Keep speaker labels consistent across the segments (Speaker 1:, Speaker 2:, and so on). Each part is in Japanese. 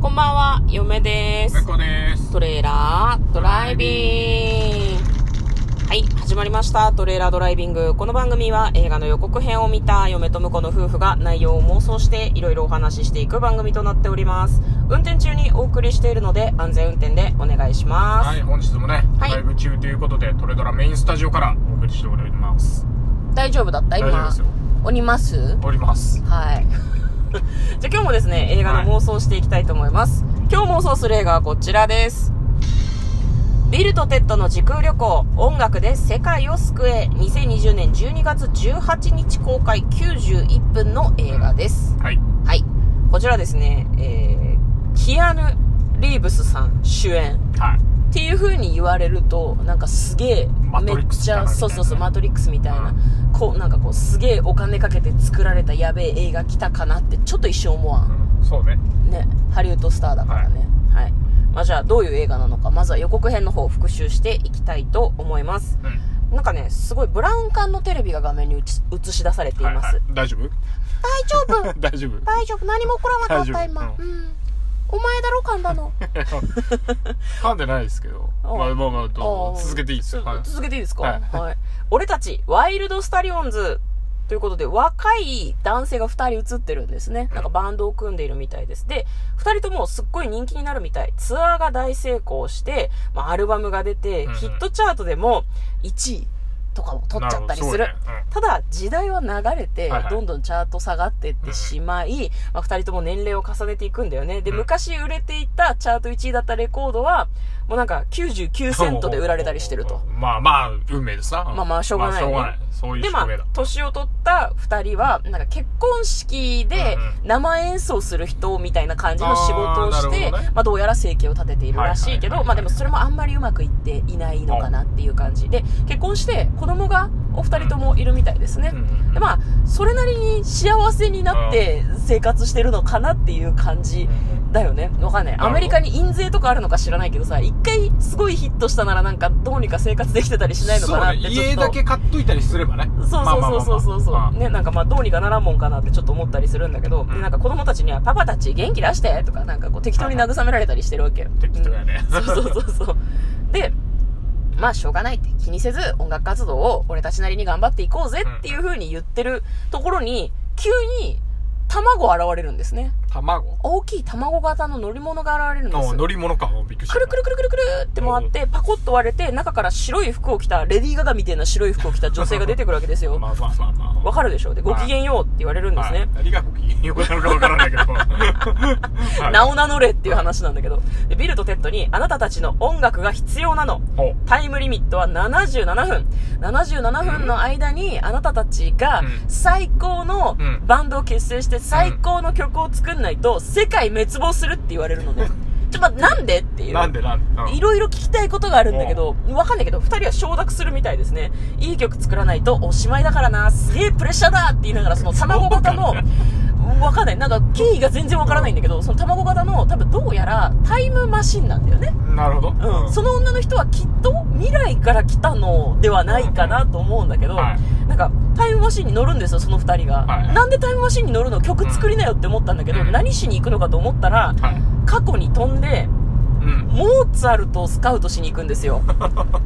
Speaker 1: こんばんは、嫁です。
Speaker 2: 猫です。
Speaker 1: トレーラードライビング。はい、始まりました。トレーラードライビング。この番組は映画の予告編を見た嫁と婿の夫婦が内容を妄想していろいろお話ししていく番組となっております。運転中にお送りしているので安全運転でお願いします。
Speaker 2: はい、本日もね、
Speaker 1: はい
Speaker 2: ライブ中ということで、トレドラメインスタジオからお送りしております。
Speaker 1: 大丈夫だった
Speaker 2: 大丈夫
Speaker 1: 今
Speaker 2: ですよ。
Speaker 1: おります
Speaker 2: おります。
Speaker 1: はい。 じゃあ今日もですね、映画の妄想をしていきたいと思います。今日妄想する映画はこちらです。ビルとテッドの時空旅行、音楽で世界を救え、2020年12月18日公開91分の映画です。
Speaker 2: はい。
Speaker 1: はい。こちらですね、えー、キアヌ・リーブスさん主演。
Speaker 2: はい。
Speaker 1: っていう風に言われるとなんかすげえ
Speaker 2: マ
Speaker 1: め
Speaker 2: トリ
Speaker 1: っ
Speaker 2: ックス
Speaker 1: ち
Speaker 2: だな
Speaker 1: ゃ
Speaker 2: みたいなね
Speaker 1: そうそうそうマトリックスみたいな、こうなんかこうすげえお金かけて作られたやべえ映画来たかなってちょっと一瞬思わん
Speaker 2: うんそうね。
Speaker 1: ねハリウッドスターだからねはい、まあ、じゃあどういう映画なのかまずは予告編の方を復習していきたいと思います
Speaker 2: うん。
Speaker 1: なんかねすごいブラウン管のテレビが画面に映し映し出されてい
Speaker 2: はい
Speaker 1: ます、
Speaker 2: はい大丈夫
Speaker 1: 大丈夫
Speaker 2: 大丈夫。
Speaker 1: 大丈夫何も起こらなかった
Speaker 2: 大丈夫
Speaker 1: 今う、
Speaker 2: うん
Speaker 1: お前だろ噛んだの
Speaker 2: 噛んでないですけど。
Speaker 1: お
Speaker 2: まあまあまあ、ど
Speaker 1: あ
Speaker 2: う
Speaker 1: ー
Speaker 2: ぞ続けていいですよ。はい
Speaker 1: 続けていいですか、は
Speaker 2: はいい
Speaker 1: 俺たちワイルドスタリオンズということで若い男性が2人映ってるんですねなんかバンドを組んでいるみたいですで2人ともすっごい人気になるみたいツアーが大成功して、まあ、アルバムが出て、
Speaker 2: うんうん
Speaker 1: ヒットチャートでも1位とかを取っちゃったりする
Speaker 2: なほどそうね
Speaker 1: ただ時代は流れて
Speaker 2: はいはい
Speaker 1: どんどんチャート下がってってしまい、まあ、2人とも年齢を重ねていくんだよねで
Speaker 2: うん
Speaker 1: 昔売れていたチャート1位だったレコードはもうなんか99セン トで売られたりしてると
Speaker 2: うんまあまあ、運命ですな。ん
Speaker 1: まあまあしょうがないね
Speaker 2: まあしょうがない。そういう
Speaker 1: で
Speaker 2: 宿
Speaker 1: まあ
Speaker 2: 命だ。
Speaker 1: 年を取った2人はなんか結婚式で
Speaker 2: うん
Speaker 1: 生演奏する人みたいな感じの仕事をして
Speaker 2: あーなるほどね
Speaker 1: まあ、どうやら生計を立てているらしいけど、
Speaker 2: はいはいはいはい
Speaker 1: まあ、でもそれもあんまりうまくいっていないのかなっていう感じで結婚して子供がお二人ともいるみたいですね、
Speaker 2: うんうん
Speaker 1: でまあそれなりに幸せになって生活してるのかなっていう感じだよねわかんない
Speaker 2: ほど
Speaker 1: アメリカに印税とかあるのか知らないけどさ一回すごいヒットしたならなんかどうにか生活できてたりしないのかなって
Speaker 2: そうね
Speaker 1: ちょっと
Speaker 2: 家だけ買っといたりすればね。
Speaker 1: そう
Speaker 2: まあまあま
Speaker 1: そ
Speaker 2: あ
Speaker 1: うそうそうそう、
Speaker 2: まあ
Speaker 1: ねなんかまあどうにかならんもんかなってちょっと思ったりするんだけど、
Speaker 2: ん
Speaker 1: でなんか子供たちには「パパたち元気出して」とかなんかこう適当に慰められたりしてるわけよ
Speaker 2: 適当やね
Speaker 1: うんそうそうそうそうでまあしょうがないって気にせず音楽活動を俺たちなりに頑張っていこうぜっていう風に言ってるところに急に卵現れるんですね
Speaker 2: 卵
Speaker 1: 大きい卵型の乗り物が現れるんです
Speaker 2: の
Speaker 1: よ
Speaker 2: 乗り物か。びっくりした。
Speaker 1: くるくるくるくるくるって回って、パコッと割れて、中から白い服を着た、レディーガガみたいな白い服を着た女性が出てくるわけですよ。
Speaker 2: まあまあまあまあ。
Speaker 1: わかるでしょで、ご
Speaker 2: はい
Speaker 1: きげんようって言われるんです
Speaker 2: はい
Speaker 1: ね。
Speaker 2: 何がご機嫌ようなのかわからないけど。 はい
Speaker 1: 名を名乗れっていう話なんだけど。でビルとテッドに、あなたたちの音楽が必要なの。
Speaker 2: お
Speaker 1: タイムリミットは77分。77分の間に、あなたたちが
Speaker 2: うん
Speaker 1: 最高の
Speaker 2: うん
Speaker 1: バンドを結成して最高の曲を作んないと、世界滅亡するって言われるの ね。ちょ、ま、なんでっていう。
Speaker 2: なんでなんで、うん
Speaker 1: いろいろ聞きたいことがあるんだけど、わかんないけど、二人は承諾するみたいですね。いい曲作らないとおしまいだからな、すげえプレッシャーだって言いながら、その卵型の、わかんない。なんか経緯が全然わからないんだけど、その卵型の、多分どうやらタイムマシンなんだよね。
Speaker 2: なるほど。
Speaker 1: うん。その女の人はきっと未来から来たのではないかなと思うんだけど、
Speaker 2: はい
Speaker 1: なんかタイムマシンに乗るんですよ、その二人が。
Speaker 2: はい
Speaker 1: なんでタイムマシンに乗るの曲作りなよって思ったんだけど、
Speaker 2: うん
Speaker 1: 何しに行くのかと思ったら、
Speaker 2: はい。
Speaker 1: 過去に飛んで、
Speaker 2: うん。
Speaker 1: モーツァルトをスカウトしに行くんです よ。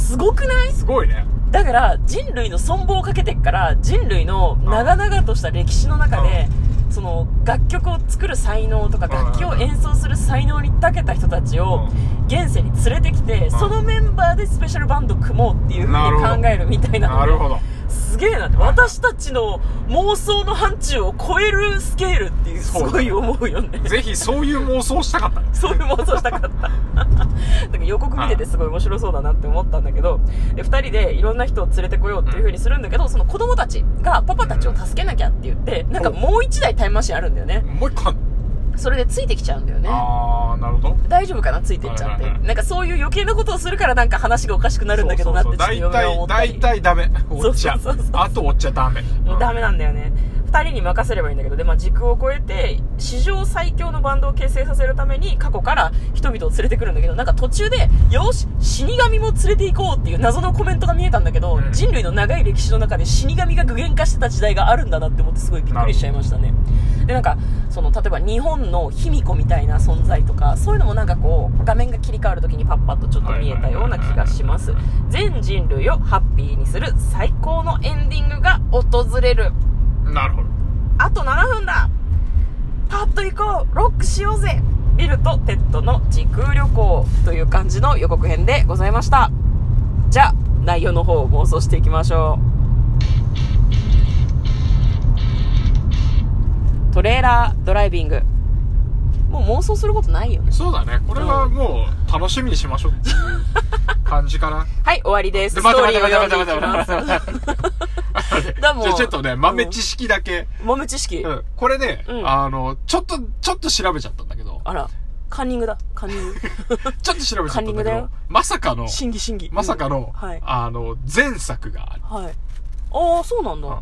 Speaker 1: すごくない
Speaker 2: すごいね。
Speaker 1: だから人類の存亡をかけてっから人類の長々とした歴史の中でその楽曲を作る才能とか
Speaker 2: うん
Speaker 1: 楽器を演奏する才能に長けた人たちを現世に連れてきてそのメンバーでスペシャルバンド組もうっていう
Speaker 2: なる
Speaker 1: 風
Speaker 2: ほど
Speaker 1: に考えるみたいな
Speaker 2: なる
Speaker 1: の
Speaker 2: ほど。
Speaker 1: すげえなって私たちの妄想の範疇を超えるスケールっていうす
Speaker 2: そう
Speaker 1: ごい思うよね
Speaker 2: ぜひそういう妄想したかった。
Speaker 1: そういう妄想したかったなんか予告見ててすごい面白そうだなって思ったんだけどで2人でいろんな人を連れてこようっていう風にするんだけどその子供たちがパパたちを助けなきゃって言ってなんかもう1台タイムマシンあるんだよね
Speaker 2: もう一個あんの
Speaker 1: それでついてきちゃうんだよね
Speaker 2: あー、なるほど。
Speaker 1: 大丈夫かなついてっちゃって
Speaker 2: はいはいはい
Speaker 1: なんかそういう余計なことをするからなんか話がおかしくなるんだけどなってちょっと
Speaker 2: 大
Speaker 1: 嫁は思
Speaker 2: 体、
Speaker 1: った
Speaker 2: 大
Speaker 1: り
Speaker 2: 体ダメ。おっちゃ
Speaker 1: そうそうそう。
Speaker 2: あとおっちゃダメ。
Speaker 1: ダメなんだよね2人に任せればいいんだけどで、まあ、時空を超えて史上最強のバンドを形成させるために過去から人々を連れてくるんだけどなんか途中で「よし死神も連れて行こう」っていう謎のコメントが見えたんだけど、
Speaker 2: うん
Speaker 1: 人類の長い歴史の中で死神が具現化してた時代があるんだなって思ってすごいびっくりしちゃいましたねでなんかその例えば日本の卑弥呼みたいな存在とかそういうのもなんかこう画面が切り替わる時にパッパッとちょっと見えたような気がします全人類をハッピーにする最高のエンディングが訪れる
Speaker 2: なるほど
Speaker 1: あと7分だパッと行こうロックしようぜビルとテッドの時空旅行という感じの予告編でございましたじゃあ内容の方を妄想していきましょうトレーラードライビングもう妄想することないよね
Speaker 2: そうだねこれはもう楽しみにし ましょうっていう感じかな
Speaker 1: はい終わりです
Speaker 2: で
Speaker 1: スト
Speaker 2: 待
Speaker 1: ー
Speaker 2: っ
Speaker 1: リ
Speaker 2: て
Speaker 1: ーを
Speaker 2: 待
Speaker 1: 読
Speaker 2: っ
Speaker 1: ん
Speaker 2: て
Speaker 1: でいきま
Speaker 2: 待って待って待って待って
Speaker 1: どうも
Speaker 2: じゃあちょっとね豆知識だけ、
Speaker 1: す豆知識、
Speaker 2: うん、これね、
Speaker 1: うん
Speaker 2: あのちょっとちょっと調べちゃったんだけど
Speaker 1: あらカンニングだカンニン グ
Speaker 2: ちょっと調べちゃったん
Speaker 1: カンニング
Speaker 2: だけ
Speaker 1: だ
Speaker 2: ど
Speaker 1: よ
Speaker 2: まさかの
Speaker 1: 審議審議
Speaker 2: まさかの、
Speaker 1: はい
Speaker 2: あの前作がある
Speaker 1: はいああそうなんだ、
Speaker 2: うん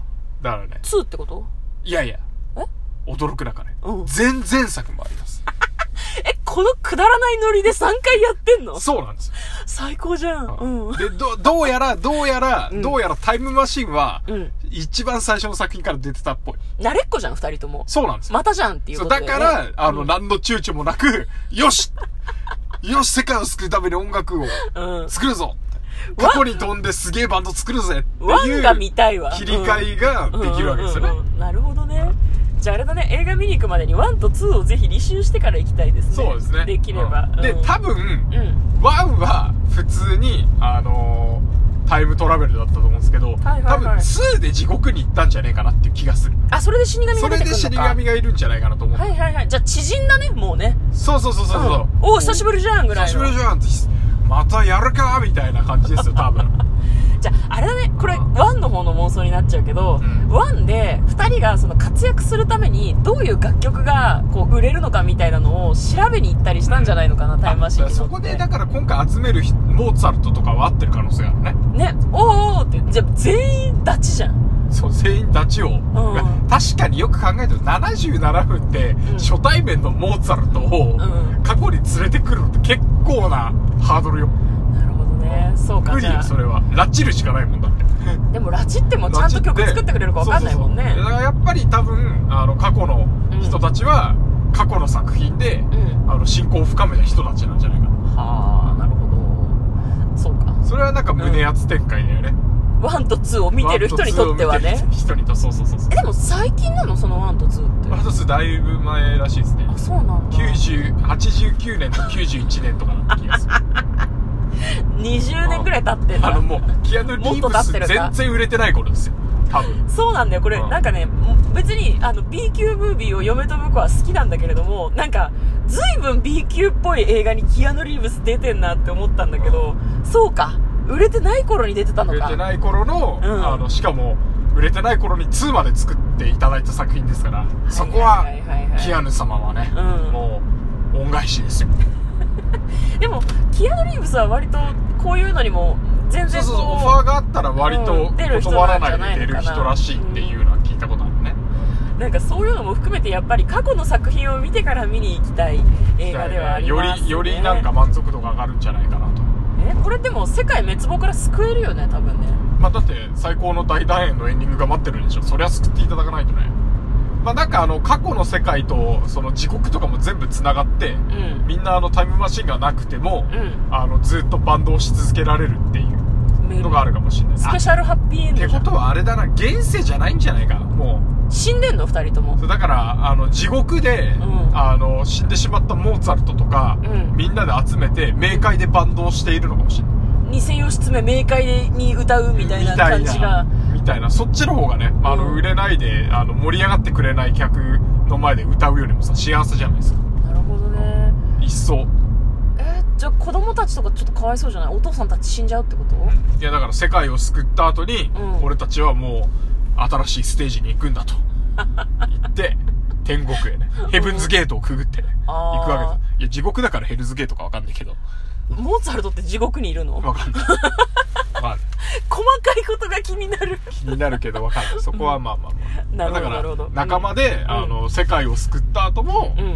Speaker 2: だからね
Speaker 1: 2ってこと
Speaker 2: いやいや
Speaker 1: え
Speaker 2: 驚くなかね、
Speaker 1: うん
Speaker 2: 全前作もあります
Speaker 1: え、このくだらないノリで3回やってんの
Speaker 2: そうなんですよ
Speaker 1: 最高じゃん。うん。
Speaker 2: で、ど、どうやら、どうやら、
Speaker 1: うん
Speaker 2: どうやらタイムマシンは、
Speaker 1: うん。
Speaker 2: 一番最初の作品から出てたっぽい。
Speaker 1: 慣れっこじゃん、二人とも。
Speaker 2: そうなんですよ。
Speaker 1: またじゃんっていう
Speaker 2: そ
Speaker 1: こ
Speaker 2: う、
Speaker 1: とで、
Speaker 2: だ
Speaker 1: ね。
Speaker 2: から、あの、
Speaker 1: うん
Speaker 2: 何の躊躇もなく、よしよし、世界を救うために音楽を
Speaker 1: うん。
Speaker 2: 作るぞ過去に飛んですげえバンド作るぜって
Speaker 1: ワンが
Speaker 2: い
Speaker 1: 見
Speaker 2: う
Speaker 1: たいわ。
Speaker 2: 切り替えが
Speaker 1: うん
Speaker 2: できるわけですよ
Speaker 1: うんうん
Speaker 2: ね。
Speaker 1: うんなるほどね。じゃああれだね、映画見に行くまでに1と2をぜひ履修してから行きたいですね。
Speaker 2: そうですね。
Speaker 1: できれば。
Speaker 2: うんで、多分、
Speaker 1: 分。うん。
Speaker 2: ワンは普通に、あのータイムトラベルだったと思うんですけど、
Speaker 1: はいはいはい
Speaker 2: 多分2で地獄に行ったんじゃねえかなっていう気がする。
Speaker 1: あ、それで死神が出て
Speaker 2: そ
Speaker 1: くるのか
Speaker 2: れで死神がいるんじゃないかなと思う。
Speaker 1: はいはいはい。じゃあ、知人だね、もうね。
Speaker 2: そうそうそうそうそう。
Speaker 1: うんおう、久しぶりじゃん、ぐらいの。
Speaker 2: 久しぶりじゃんって、またやるかみたいな感じですよ、多分。
Speaker 1: じゃああれだねこれ
Speaker 2: うん
Speaker 1: 1の方の妄想になっちゃうけど、
Speaker 2: うん
Speaker 1: 1で2人がその活躍するためにどういう楽曲がこう売れるのかみたいなのを調べに行ったりしたんじゃないのかな、タイムマシン
Speaker 2: あ
Speaker 1: に乗
Speaker 2: そ
Speaker 1: って
Speaker 2: こで、だから今回集める人モーツァルトとかは合ってる可能性があるね。
Speaker 1: ねおーおーってじゃあ全員ダチじゃん
Speaker 2: そう、全員たちを。 確かによく考えてると77分って、
Speaker 1: ん
Speaker 2: 初対面のモーツァルトを
Speaker 1: うん
Speaker 2: 過去に連れてくるのって結構なハードルよ。
Speaker 1: なるほどねそうか
Speaker 2: 無
Speaker 1: じ
Speaker 2: 理
Speaker 1: ゃ
Speaker 2: よ、そ
Speaker 1: あ
Speaker 2: れは。拉致るしかないもんだって。
Speaker 1: でもラチってもちゃんと曲作ってくれるか分かんないもんね
Speaker 2: そうそうそうだからやっぱり多分、あの、過去の人たちは、過去の作品で、
Speaker 1: うん
Speaker 2: あの、信仰を深めた人たちなんじゃないかな。
Speaker 1: はあなるほどそうか
Speaker 2: それはなんか胸熱展開だよね。
Speaker 1: 1と2を見てる人にとっては
Speaker 2: ワン
Speaker 1: ね
Speaker 2: とツーを見てる人にと、そうそうそうそう
Speaker 1: え。でも最近なのその1と2って
Speaker 2: ワンとツーだいぶ前らしいですね。
Speaker 1: あそうなんだ
Speaker 2: 90、89年と91年とかだった気 がする。
Speaker 1: 20年ぐらい経ってんだ
Speaker 2: あのもう、キアヌ・リ
Speaker 1: もっと
Speaker 2: ーブ
Speaker 1: 経っ
Speaker 2: ス
Speaker 1: てるんだ
Speaker 2: 全然売れてない頃ですよ。多分。
Speaker 1: そうなんだよこれ、
Speaker 2: うん
Speaker 1: なんかねもう別にあの B 級ムービーを嫁と婿は好きなんだけれどもなんか随分 B 級っぽい映画にキアヌ・リーブス出てんなって思ったんだけど、そうか売れてない頃に出てた
Speaker 2: 売
Speaker 1: の
Speaker 2: れ
Speaker 1: か
Speaker 2: てない頃の、
Speaker 1: うん
Speaker 2: あの、しかも、売れてない頃に2まで作っていただいた作品ですから、そこは、
Speaker 1: いはいはい
Speaker 2: キアヌ様はね、
Speaker 1: うん
Speaker 2: もう、恩返しですよ。
Speaker 1: でもキアヌ・リーブスは割とこういうのにも全
Speaker 2: そ
Speaker 1: 然
Speaker 2: う
Speaker 1: こ
Speaker 2: そう
Speaker 1: う
Speaker 2: そう、オファーがあったら割と
Speaker 1: うん出る人
Speaker 2: 断
Speaker 1: な
Speaker 2: ら
Speaker 1: んじゃな
Speaker 2: ない
Speaker 1: い
Speaker 2: で
Speaker 1: の
Speaker 2: 出
Speaker 1: かな
Speaker 2: る人らしいっていうのは聞いたことあるね。
Speaker 1: なんかそういうのも含めてやっぱり過去の作品を見てから見に行きたい映画ではあり
Speaker 2: よ
Speaker 1: ます、ね、
Speaker 2: り、よりなんか満足度が上がるんじゃないかなと。
Speaker 1: えこれでも世界滅亡から救えるよね多分ね
Speaker 2: まあ、だって最高の大団円のエンディングが待ってるんでしょそりゃ救っていただかないとねまあなんかあの過去の世界とその時刻とかも全部つながって
Speaker 1: うん
Speaker 2: みんなあのタイムマシンがなくても、
Speaker 1: うん
Speaker 2: あのずっとバンドをし続けられるっていうのがあるかもしれない
Speaker 1: スペ
Speaker 2: あ
Speaker 1: シャルハッピーエン
Speaker 2: っ
Speaker 1: ド
Speaker 2: て
Speaker 1: じゃ
Speaker 2: こ
Speaker 1: ん
Speaker 2: とはあれだな現世じゃないんじゃないかなも
Speaker 1: 死んでんの2人とも
Speaker 2: うそうだからあの地獄で、
Speaker 1: うん
Speaker 2: あの死んでしまったモーツァルトとか、
Speaker 1: うん
Speaker 2: みんなで集めて冥界でバンドをしているのかもしれない
Speaker 1: 偽義経冥界に歌うみたいな感じが
Speaker 2: みたいなそっちの方がね、まあ、あ
Speaker 1: う
Speaker 2: の
Speaker 1: ん
Speaker 2: 売れないであの盛り上がってくれない客の前で歌うよりもさ幸せじゃないですか
Speaker 1: なるほどね
Speaker 2: 一層
Speaker 1: えじゃあ子供たちとかちょっとかわいそうじゃないお父さんたち死んじゃうってこと
Speaker 2: いやだから世界を救った後に、
Speaker 1: うん
Speaker 2: 俺たちはもう新しいステージに行く んだと言って天国へねヘブンズゲートをくぐってね
Speaker 1: あー
Speaker 2: 行くわけですいや、地獄だからヘルズゲートかわかんないけど。
Speaker 1: モーツァルトって地獄にいるの
Speaker 2: わかんない。まあ、
Speaker 1: 細かいことが気になる
Speaker 2: 気になるけどわかんない。そこはまあまあま
Speaker 1: なる
Speaker 2: あ。
Speaker 1: ほ
Speaker 2: だ
Speaker 1: どなるほ
Speaker 2: か
Speaker 1: ど
Speaker 2: ら、仲間で、
Speaker 1: ん
Speaker 2: あの、世界を救った後も、
Speaker 1: うん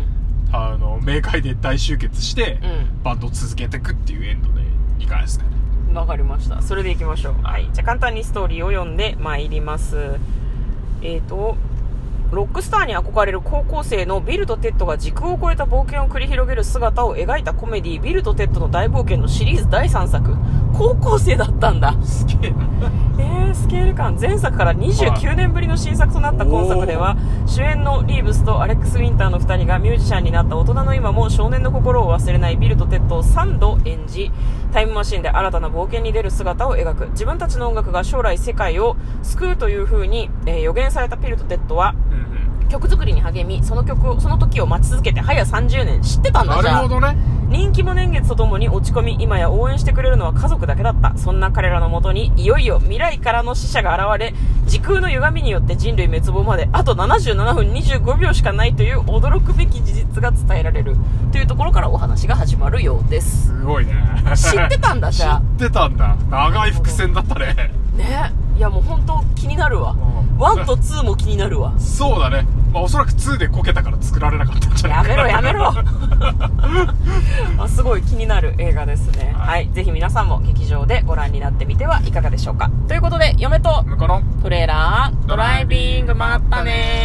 Speaker 2: あの、冥界で大集結して、
Speaker 1: う
Speaker 2: バンドを続けていくっていうエンドでいかがですかね。
Speaker 1: んわかりましたそれでいきましょうは
Speaker 2: はい
Speaker 1: いじゃあ簡単にストーリーを読んでまいりますえっ、とロックスターに憧れる高校生のビルとテッドが時空を超えた冒険を繰り広げる姿を描いたコメディビルとテッドの大冒険」のシリーズ第3作高校生だったんだ
Speaker 2: すげえな。
Speaker 1: えー、スケール感前作から29年ぶりの新作となった今作では主演のリーブスとアレックス・ウィンターの2人がミュージシャンになった大人の今も少年の心を忘れないビルとテッドを3度演じタイムマシンで新たな冒険に出る姿を描く自分たちの音楽が将来世界を救うという風に、えー予言されたビルとテッドは
Speaker 2: うんうん。
Speaker 1: 曲作りに励みその曲をその時を待ち続けて早30年知ってたんだ
Speaker 2: な
Speaker 1: じ
Speaker 2: る
Speaker 1: ゃあ
Speaker 2: ほどね。
Speaker 1: 人気も年月とともに落ち込み今や応援してくれるのは家族だけだったそんな彼らのもとにいよいよ未来からの死者が現れ時空の歪みによって人類滅亡まであと77分25秒しかないという驚くべき事実が伝えられるというところからお話が始まるようです
Speaker 2: すごいね。
Speaker 1: 知ってたんだじ ゃあ
Speaker 2: 知ってたんだ。長い伏線だったね。
Speaker 1: ねいやもう本当気になるわ
Speaker 2: うん
Speaker 1: 1と2も気になるわ
Speaker 2: そうだね。まあ、おそらく2でこけたから作られなかったんじ
Speaker 1: や
Speaker 2: ゃないか
Speaker 1: め
Speaker 2: な。
Speaker 1: ろやめろあすごい気になる映画ですね
Speaker 2: は
Speaker 1: はい、ぜひ皆さんも劇場でご覧になってみてはいかがでしょうかということで嫁と
Speaker 2: 向こうの
Speaker 1: トレーラードライビングまったねー